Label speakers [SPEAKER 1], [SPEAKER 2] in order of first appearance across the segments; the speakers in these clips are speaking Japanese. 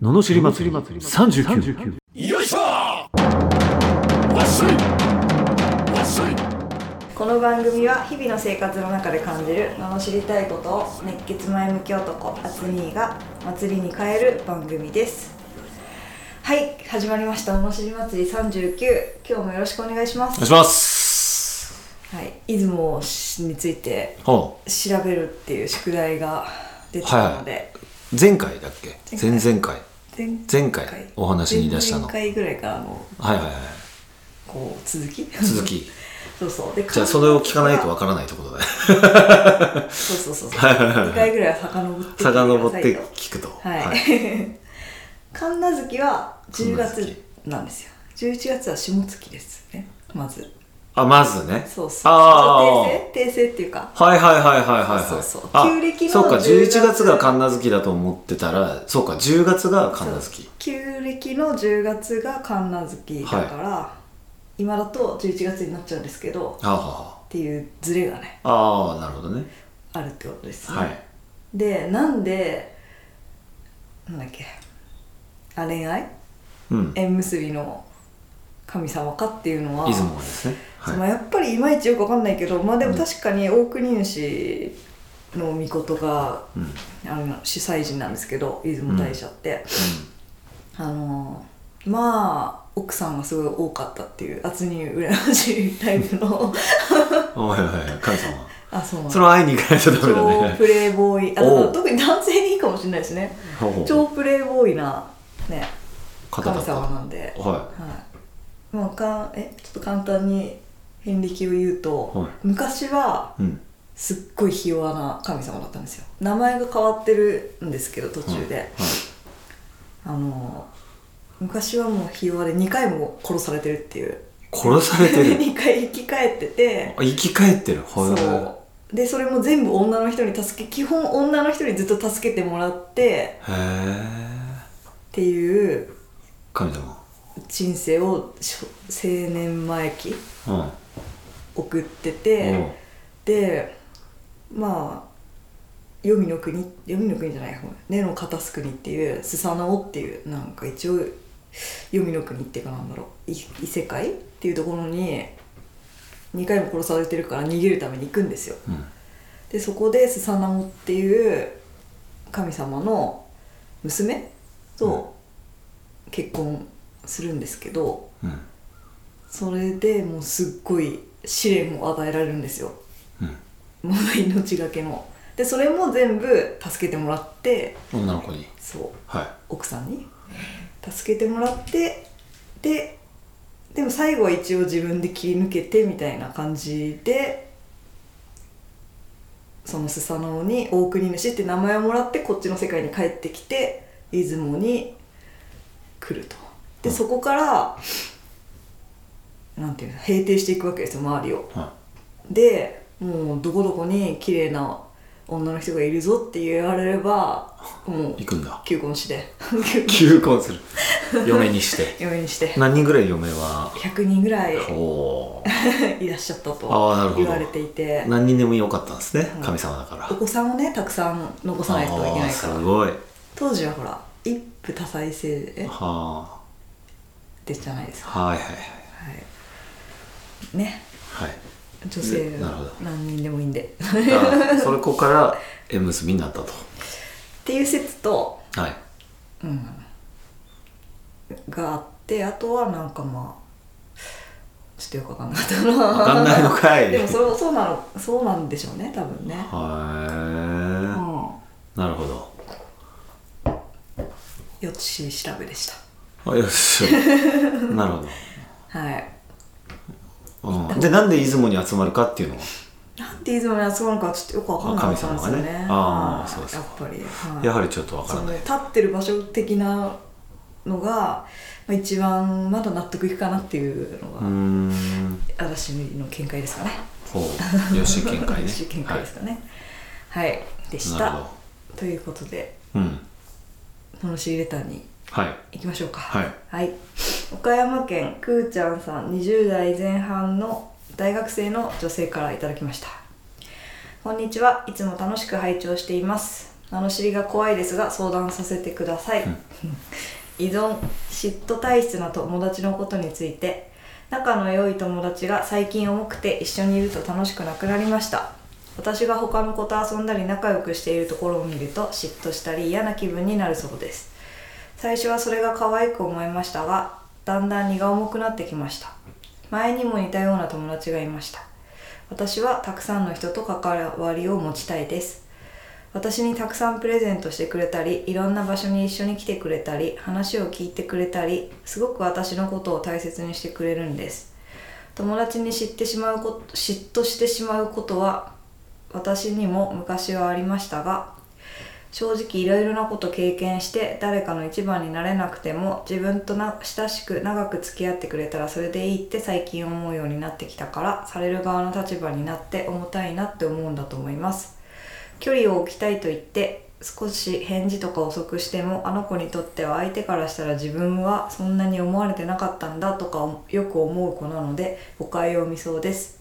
[SPEAKER 1] ののしり祭り39
[SPEAKER 2] この番組は日々の生活の中で感じる罵りたいことを熱血前向き男アツニーが祭りに変える番組ですはい始まりました罵り祭り39今日もよろしくお願いしま
[SPEAKER 1] お
[SPEAKER 2] す
[SPEAKER 1] 願いします
[SPEAKER 2] はい出雲について
[SPEAKER 1] ほ
[SPEAKER 2] 調べるっていう宿題が出てたので、
[SPEAKER 1] う前回だっけ前
[SPEAKER 2] 前回
[SPEAKER 1] 々回
[SPEAKER 2] 前
[SPEAKER 1] 前回お話に出したのは
[SPEAKER 2] 前
[SPEAKER 1] い
[SPEAKER 2] 々回ぐらいからの
[SPEAKER 1] はいはい
[SPEAKER 2] こう続き
[SPEAKER 1] 続き
[SPEAKER 2] そうそうで
[SPEAKER 1] じゃあそれを聞かないとわからないってことだね
[SPEAKER 2] そうそうそうそう
[SPEAKER 1] はいはいはい
[SPEAKER 2] 2回ぐらい遡って
[SPEAKER 1] さかのぼっ
[SPEAKER 2] くだ さい
[SPEAKER 1] て
[SPEAKER 2] よ
[SPEAKER 1] 聞くと
[SPEAKER 2] はい、 神奈月は10月なんですよ11月は下月ですねまず
[SPEAKER 1] あまずね
[SPEAKER 2] そうそう
[SPEAKER 1] あー
[SPEAKER 2] ちょっと訂正訂正っていうか
[SPEAKER 1] はいはいはいはいはいはい
[SPEAKER 2] そうそうそう
[SPEAKER 1] あ
[SPEAKER 2] 旧暦の
[SPEAKER 1] そうか
[SPEAKER 2] 10
[SPEAKER 1] 11
[SPEAKER 2] 月
[SPEAKER 1] 月が神奈月だと思ってたらそうか10月が神奈月
[SPEAKER 2] 旧暦の10月が神奈月だから、今だと11月になっちゃうんですけど
[SPEAKER 1] はあは
[SPEAKER 2] っていうズレがね
[SPEAKER 1] あはああーなるほどね
[SPEAKER 2] あるってことですね、
[SPEAKER 1] はい
[SPEAKER 2] でなんでなんだっけあ恋愛
[SPEAKER 1] うん
[SPEAKER 2] 縁結びの神様かっていうのは
[SPEAKER 1] 出雲はですねはい
[SPEAKER 2] まあやっぱりいまいちよくわかんないけどまあでも確かに大国主の御事が、
[SPEAKER 1] うん
[SPEAKER 2] あの主催人なんですけど出雲大社って、あのまあ奥さんがすごい多かったっていう厚に羨ましいタイプの
[SPEAKER 1] うんはいはいはい神様
[SPEAKER 2] あそうな ん
[SPEAKER 1] それは会いに行かないとダメだ
[SPEAKER 2] 超
[SPEAKER 1] ね
[SPEAKER 2] プレイボーイあだ
[SPEAKER 1] おう
[SPEAKER 2] から特に男性にいいかもしれないですね
[SPEAKER 1] ほうほう
[SPEAKER 2] 超プレイボーイな、ね、
[SPEAKER 1] 方だ
[SPEAKER 2] 神
[SPEAKER 1] っ
[SPEAKER 2] 様
[SPEAKER 1] た
[SPEAKER 2] なんで
[SPEAKER 1] は
[SPEAKER 2] はい、まあ、かんえちょっと簡単に遍歴を言うと、
[SPEAKER 1] はい
[SPEAKER 2] 昔はい
[SPEAKER 1] うん
[SPEAKER 2] すっごいひ弱な神様だったんですよ名前が変わってるんですけど途中で、
[SPEAKER 1] はい
[SPEAKER 2] あの昔はもうひ弱で2回も殺されてるっていう
[SPEAKER 1] 殺されて る
[SPEAKER 2] 2回生き返ってて
[SPEAKER 1] あ生き返ってる
[SPEAKER 2] そ
[SPEAKER 1] はいう
[SPEAKER 2] でそれも全部女の人に助け基本女の人にずっと助けてもらって
[SPEAKER 1] へえ
[SPEAKER 2] っていう
[SPEAKER 1] 神様
[SPEAKER 2] 人生をしょ青年前期
[SPEAKER 1] うんお
[SPEAKER 2] 送ってて、
[SPEAKER 1] う
[SPEAKER 2] でまあ黄泉の国黄泉の国じゃないごめん根の片す国っていうスサノオっていうなんか一応黄泉の国っていうかなんだろうい異世界っていうところに2回も殺されてるから逃げるために行くんですよ
[SPEAKER 1] うん
[SPEAKER 2] でそこでスサノオっていう神様の娘と結婚するんですけど
[SPEAKER 1] うん
[SPEAKER 2] それでもうすっごい試練を与えられるんですよ
[SPEAKER 1] うん
[SPEAKER 2] もう命がけのでそれも全部助けてもらって
[SPEAKER 1] 女の子に
[SPEAKER 2] そう
[SPEAKER 1] は
[SPEAKER 2] 奥さんに助けてもらってででも最後は一応自分で切り抜けてみたいな感じでそのスサノオに大国主って名前をもらってこっちの世界に帰ってきて出雲に来るとでそこからなんていうの平定していくわけですよ周りを。
[SPEAKER 1] いは
[SPEAKER 2] でもうどこどこに綺麗な女の人がいるぞって言われればもう
[SPEAKER 1] い行くんだ
[SPEAKER 2] 求婚して
[SPEAKER 1] 求婚する嫁にして
[SPEAKER 2] 嫁にして
[SPEAKER 1] 何人ぐらい嫁は
[SPEAKER 2] 100人ぐらい
[SPEAKER 1] おー
[SPEAKER 2] いらっしゃった
[SPEAKER 1] あーなる
[SPEAKER 2] と
[SPEAKER 1] ほど
[SPEAKER 2] 言われていて
[SPEAKER 1] 何人でもよかったんですね
[SPEAKER 2] うん
[SPEAKER 1] 神様だから
[SPEAKER 2] お子さんをねたくさん残さないといけ
[SPEAKER 1] あ
[SPEAKER 2] な
[SPEAKER 1] ー
[SPEAKER 2] いか
[SPEAKER 1] す
[SPEAKER 2] ら
[SPEAKER 1] ごい
[SPEAKER 2] 当時はほら一夫多妻制で
[SPEAKER 1] は
[SPEAKER 2] でじゃないです
[SPEAKER 1] あ
[SPEAKER 2] か、
[SPEAKER 1] はいはいはい
[SPEAKER 2] はい、ね
[SPEAKER 1] はい
[SPEAKER 2] 女性
[SPEAKER 1] なるほど
[SPEAKER 2] 何人でもいいんでっ
[SPEAKER 1] だからそれこから縁結びになったと
[SPEAKER 2] ていう説と
[SPEAKER 1] はい
[SPEAKER 2] うん、があってあとはなんかまあちょっとよくわかんなかったな
[SPEAKER 1] 分かんないのかい
[SPEAKER 2] でもそれそうなのそうなんでしょうね多分ね、う
[SPEAKER 1] は
[SPEAKER 2] ん、
[SPEAKER 1] いなるほど
[SPEAKER 2] よち調べでし
[SPEAKER 1] あよしなるほ
[SPEAKER 2] たはい
[SPEAKER 1] ど、うん、でなんで出雲に集まるかっていうのは
[SPEAKER 2] なんで出雲に集まるのかちょっとよくわかんなかったんですよね
[SPEAKER 1] 神様がねあーそうです
[SPEAKER 2] やっぱり、はい
[SPEAKER 1] やはりちょっと分か
[SPEAKER 2] そ
[SPEAKER 1] ら
[SPEAKER 2] の
[SPEAKER 1] ない
[SPEAKER 2] 立ってる場所的なのが、まあ、一番まだ納得いくかなっていうのが、
[SPEAKER 1] うーん
[SPEAKER 2] 私の見解ですかね
[SPEAKER 1] ほ うよし見解ね
[SPEAKER 2] 見解ですかねはい、でし
[SPEAKER 1] なるほ
[SPEAKER 2] たということで
[SPEAKER 1] どうん
[SPEAKER 2] その仕入れたに
[SPEAKER 1] はい
[SPEAKER 2] 行きましょうか
[SPEAKER 1] はい、
[SPEAKER 2] 岡山県くーちゃんさん20代前半の大学生の女性からいただきましたこんにちはいつも楽しく拝聴しています名の知りが怖いですが相談させてください、
[SPEAKER 1] うん
[SPEAKER 2] 依存嫉妬体質な友達のことについて仲の良い友達が最近重くて一緒にいると楽しくなくなりました私が他の子と遊んだり仲良くしているところを見ると嫉妬したり嫌な気分になるそうです最初はそれが可愛く思いましたがだんだん荷が重くなってきました前にも似たような友達がいました私はたくさんの人と関わりを持ちたいです私にたくさんプレゼントしてくれたりいろんな場所に一緒に来てくれたり話を聞いてくれたりすごく私のことを大切にしてくれるんです友達に知ってしまうこと嫉妬してしまうことは私にも昔はありましたが正直いろいろなこと経験して誰かの一番になれなくても自分とな親しく長く付き合ってくれたらそれでいいって最近思うようになってきたからされる側の立場になって重たいなって思うんだと思います距離を置きたいと言って少し返事とか遅くしてもあの子にとっては相手からしたら自分はそんなに思われてなかったんだとかよく思う子なので誤解を見そうです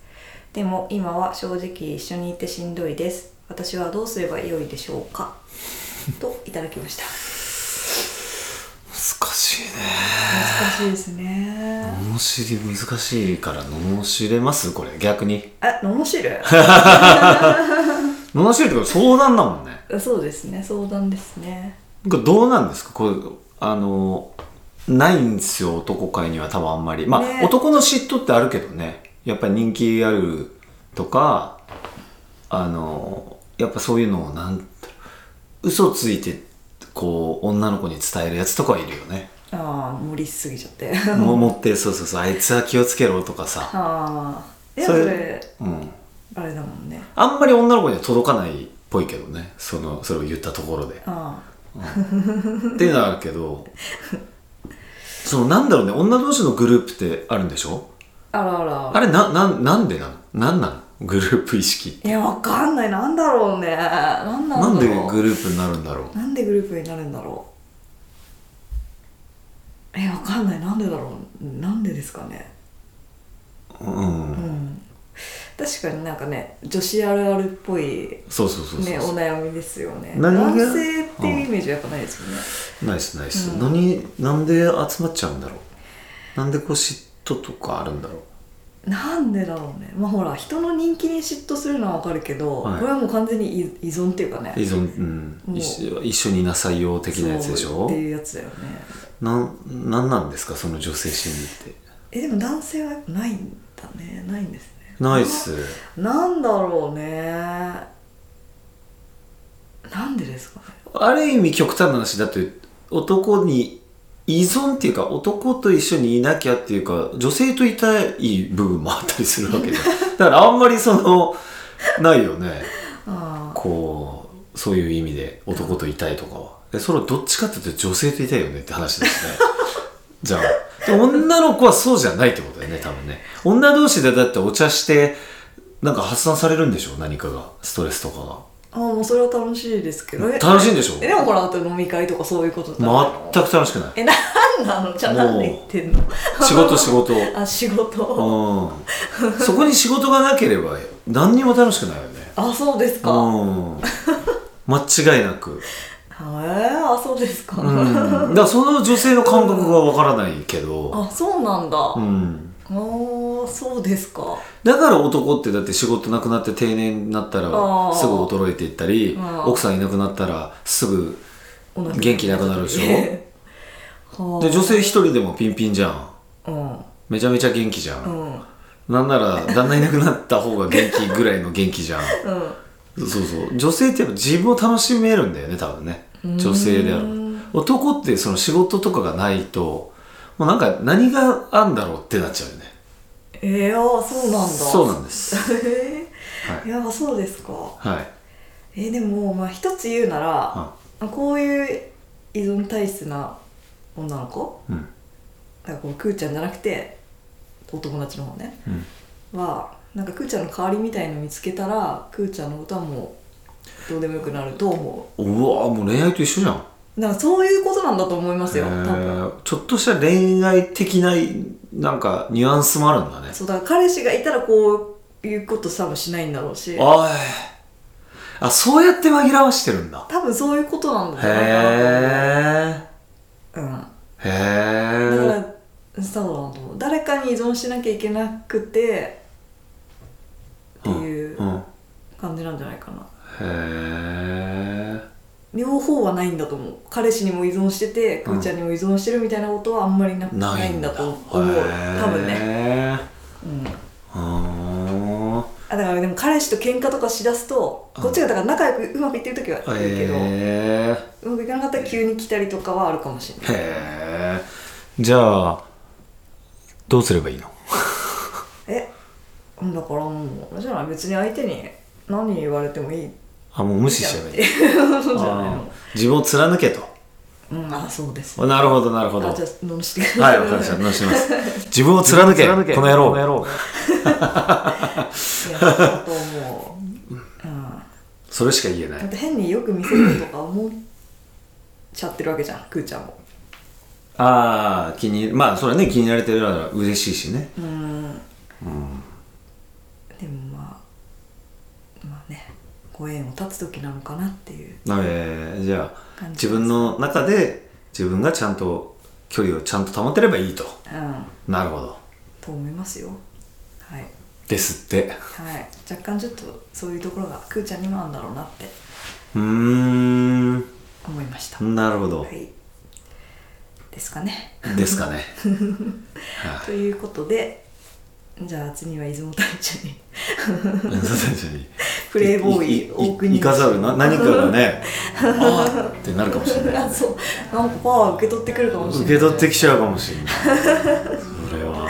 [SPEAKER 2] でも今は正直一緒にいてしんどいです私はどうすればよいでしょう かといただきました
[SPEAKER 1] 難しいね
[SPEAKER 2] 難しいですね
[SPEAKER 1] 面白い難しいから罵れますこれ逆に
[SPEAKER 2] あ、面白い
[SPEAKER 1] 罵るってこと相談だもんね
[SPEAKER 2] そうですね、相談ですね
[SPEAKER 1] これどうなんですかこれあのないんですよ男界には多分あんまりまあ、
[SPEAKER 2] ね
[SPEAKER 1] 男の嫉妬ってあるけどねやっぱり人気あるとかあのやっぱそういうのをなん嘘ついてこう女の子に伝えるやつとかはいるよね
[SPEAKER 2] ああ、盛りすぎちゃって
[SPEAKER 1] も持ってそうそうそうあいつは気をつけろとかさ、
[SPEAKER 2] ああ、で
[SPEAKER 1] そ
[SPEAKER 2] もそ
[SPEAKER 1] れ
[SPEAKER 2] れ、
[SPEAKER 1] うん、
[SPEAKER 2] あれだもんね
[SPEAKER 1] あんまり女の子には届かないっぽいけどねそのそれを言ったところで
[SPEAKER 2] あ
[SPEAKER 1] っていうのはあるけどそのなんだろうね女同士のグループってあるんでしょ
[SPEAKER 2] あ、あらあら
[SPEAKER 1] あれなななんでなのなんなのグループ意識
[SPEAKER 2] いや、わかんない、なんだろうねなんな
[SPEAKER 1] な
[SPEAKER 2] んだろ
[SPEAKER 1] ん
[SPEAKER 2] う
[SPEAKER 1] でグループになるんだろう
[SPEAKER 2] なんでグループになるんだろうえ、わかんない、なんでだろうなんでですかね
[SPEAKER 1] うん、
[SPEAKER 2] うん確かになんかね、女子あるあるっぽい
[SPEAKER 1] そうそうそうそう、
[SPEAKER 2] ね、お悩みですよね
[SPEAKER 1] 何が
[SPEAKER 2] 男性っていうイメージはやっぱないですよね、
[SPEAKER 1] ナイスナイス、
[SPEAKER 2] うん
[SPEAKER 1] 何なんで集まっちゃうんだろうなんでこう嫉妬とかあるんだろう
[SPEAKER 2] なんでだろうねまあほら人の人気に嫉妬するのはわかるけど、
[SPEAKER 1] はい
[SPEAKER 2] これはもう完全に依依存っていうかね
[SPEAKER 1] 依存、うん、
[SPEAKER 2] もう
[SPEAKER 1] 一緒一緒にいなさいよ的なやつでし
[SPEAKER 2] そう
[SPEAKER 1] ょ
[SPEAKER 2] っていうやつだよね
[SPEAKER 1] なんなんなんですかその女性心理って
[SPEAKER 2] えでも男性はやっぱないんだねないんですね
[SPEAKER 1] ナイス
[SPEAKER 2] なんだろうねなんでですかね
[SPEAKER 1] ある意味極端な話だと男に依存っていうか男と一緒にいなきゃっていうか女性といたい部分もあったりするわけ でだからあんまりそのないよね
[SPEAKER 2] あ
[SPEAKER 1] こうそういう意味で男といたいとかはでそれはどっちかっていうと女性といたいよねって話ですね じゃあで女の子はそうじゃないってことだよね多分ね女同士でだってお茶してなんか発散されるんでしょ何かがストレスとかが。
[SPEAKER 2] あもうそれは楽しいですけどえ
[SPEAKER 1] 楽しいんでしょ
[SPEAKER 2] えでもほらあと飲み会とかそういうことだ
[SPEAKER 1] 全く楽しくない
[SPEAKER 2] えなん なのじゃあなんで言ってんの
[SPEAKER 1] 仕事仕事
[SPEAKER 2] あ仕事
[SPEAKER 1] うんそこに仕事がなければ何にも楽しくないよね
[SPEAKER 2] あそうです
[SPEAKER 1] う
[SPEAKER 2] か、へ
[SPEAKER 1] ん間違いなく、
[SPEAKER 2] えあそうですか、
[SPEAKER 1] うん、だからその女性の感覚がわからないけど、
[SPEAKER 2] あそうなんだ、あ
[SPEAKER 1] うん、
[SPEAKER 2] あそうですか
[SPEAKER 1] だから男ってだって仕事なくなって定年になったら
[SPEAKER 2] あー
[SPEAKER 1] すぐ衰えていったり
[SPEAKER 2] うん
[SPEAKER 1] 奥さんいなくなったらすぐ
[SPEAKER 2] お腹
[SPEAKER 1] 元気なくなるでしょ
[SPEAKER 2] はあ
[SPEAKER 1] で女性一人でもピンピンじゃん
[SPEAKER 2] うん
[SPEAKER 1] めちゃめちゃ元気じゃ、
[SPEAKER 2] うんんうん
[SPEAKER 1] なんなら旦那いなくなった方が元気ぐらいの元気じゃんそうそう女性ってやっぱ自分を楽しめるんだよね多分ね 女性であ
[SPEAKER 2] う
[SPEAKER 1] る
[SPEAKER 2] ーん
[SPEAKER 1] 男ってその仕事とかがないともうなんか何があんだろうってなっちゃうよね
[SPEAKER 2] えー、あーそうなんだ
[SPEAKER 1] そうなんです
[SPEAKER 2] んえ
[SPEAKER 1] は
[SPEAKER 2] ー、い
[SPEAKER 1] い
[SPEAKER 2] やそうですか
[SPEAKER 1] はい
[SPEAKER 2] えー、でもまあ一つ言うなら、
[SPEAKER 1] あ
[SPEAKER 2] こういう依存体質な女の子
[SPEAKER 1] うん
[SPEAKER 2] だからこうくーちゃんじゃなくてお友達の方ね
[SPEAKER 1] うん
[SPEAKER 2] はなんかくーちゃんの代わりみたいの見つけたらくーちゃんのことはもうどうでもよくなると思
[SPEAKER 1] うわもう恋愛と一緒じゃん
[SPEAKER 2] うなんかそういうことなんだと思います
[SPEAKER 1] え
[SPEAKER 2] よ多分
[SPEAKER 1] ーちょっとした恋愛的ななんかニュアンスもあるんだね
[SPEAKER 2] そうだから彼氏がいたらこういうことさもしないんだろうし
[SPEAKER 1] あーあそうやって紛らわしてるんだ
[SPEAKER 2] 多分そういうことなんだ
[SPEAKER 1] へえ
[SPEAKER 2] ろうなと思う
[SPEAKER 1] へ
[SPEAKER 2] うん
[SPEAKER 1] え
[SPEAKER 2] だからそうだなと思う誰かに依存しなきゃいけなくてっていう
[SPEAKER 1] うん、うん、へ
[SPEAKER 2] 感じなんじゃないかな
[SPEAKER 1] え
[SPEAKER 2] 両方はないんだと思う彼氏にも依存しててくーちゃんにも依存してるみたいなことはあんまりな,、
[SPEAKER 1] ない
[SPEAKER 2] ん
[SPEAKER 1] んだ
[SPEAKER 2] だと思う
[SPEAKER 1] へー
[SPEAKER 2] 多分ね、うん、
[SPEAKER 1] うーん
[SPEAKER 2] あだからでも彼氏と喧嘩とかしだすと
[SPEAKER 1] うん
[SPEAKER 2] こっちがだから仲良くうまくいってる時は
[SPEAKER 1] へ
[SPEAKER 2] いるけど、
[SPEAKER 1] え
[SPEAKER 2] うまくいかなかったら急に来たりとかはあるかもしれない
[SPEAKER 1] へえじゃあどうすればいいの
[SPEAKER 2] えだからもうあれじゃない別に相手に何言われてもいい
[SPEAKER 1] あもう無視しちゃえばいい
[SPEAKER 2] そうじゃない
[SPEAKER 1] あ
[SPEAKER 2] の
[SPEAKER 1] ー自分を貫けと
[SPEAKER 2] うんあそうです
[SPEAKER 1] なるほどなるほど
[SPEAKER 2] あじゃあ飲みしてくだ
[SPEAKER 1] は
[SPEAKER 2] さ
[SPEAKER 1] い
[SPEAKER 2] い
[SPEAKER 1] わかりました直します 自分を貫けこの野郎
[SPEAKER 2] いやだと思 う、うん、
[SPEAKER 1] それしか言えな
[SPEAKER 2] だっ
[SPEAKER 1] い
[SPEAKER 2] て変によく見せるとか思っちゃってるわけじゃんくーちゃんも
[SPEAKER 1] ああ気にまあそれはね気になれてるなら嬉しいしね
[SPEAKER 2] うんでもまあまあねご縁を立つ時なのかなっていう
[SPEAKER 1] えー、じゃあ
[SPEAKER 2] 感じ
[SPEAKER 1] 自分の中で自分がちゃんと距離をちゃんと保てればいいと
[SPEAKER 2] うん
[SPEAKER 1] なるほど
[SPEAKER 2] と思いますよはい
[SPEAKER 1] ですって
[SPEAKER 2] はい若干ちょっとそういうところがくーちゃんにもあるんだろうなって
[SPEAKER 1] うーん
[SPEAKER 2] 思いました、
[SPEAKER 1] なるほど、
[SPEAKER 2] はいですかね
[SPEAKER 1] ですかね は
[SPEAKER 2] ということでじゃあ次は出雲大社に
[SPEAKER 1] い確かに
[SPEAKER 2] プレイボーイ
[SPEAKER 1] いいい
[SPEAKER 2] 大国
[SPEAKER 1] いかざるな何かがねああってなるかもしれない
[SPEAKER 2] あそうなんかパワー受け取ってくるかもしれな
[SPEAKER 1] 受
[SPEAKER 2] い
[SPEAKER 1] け取ってきちゃうかもしれないそれは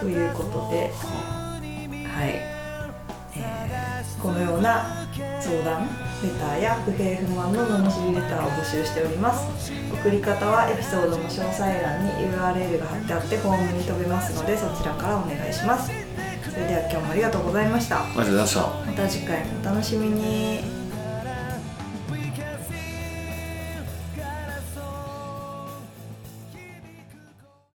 [SPEAKER 2] ということではい、えーこのような相談レターや不平不満の罵りレターを募集しております送り方はエピソードの詳細欄に URL が貼ってあってフォームに飛べますのでそちらからお願いしますそれでは今日もありがとうございました
[SPEAKER 1] ありがとうございました
[SPEAKER 2] また次回もお楽しみに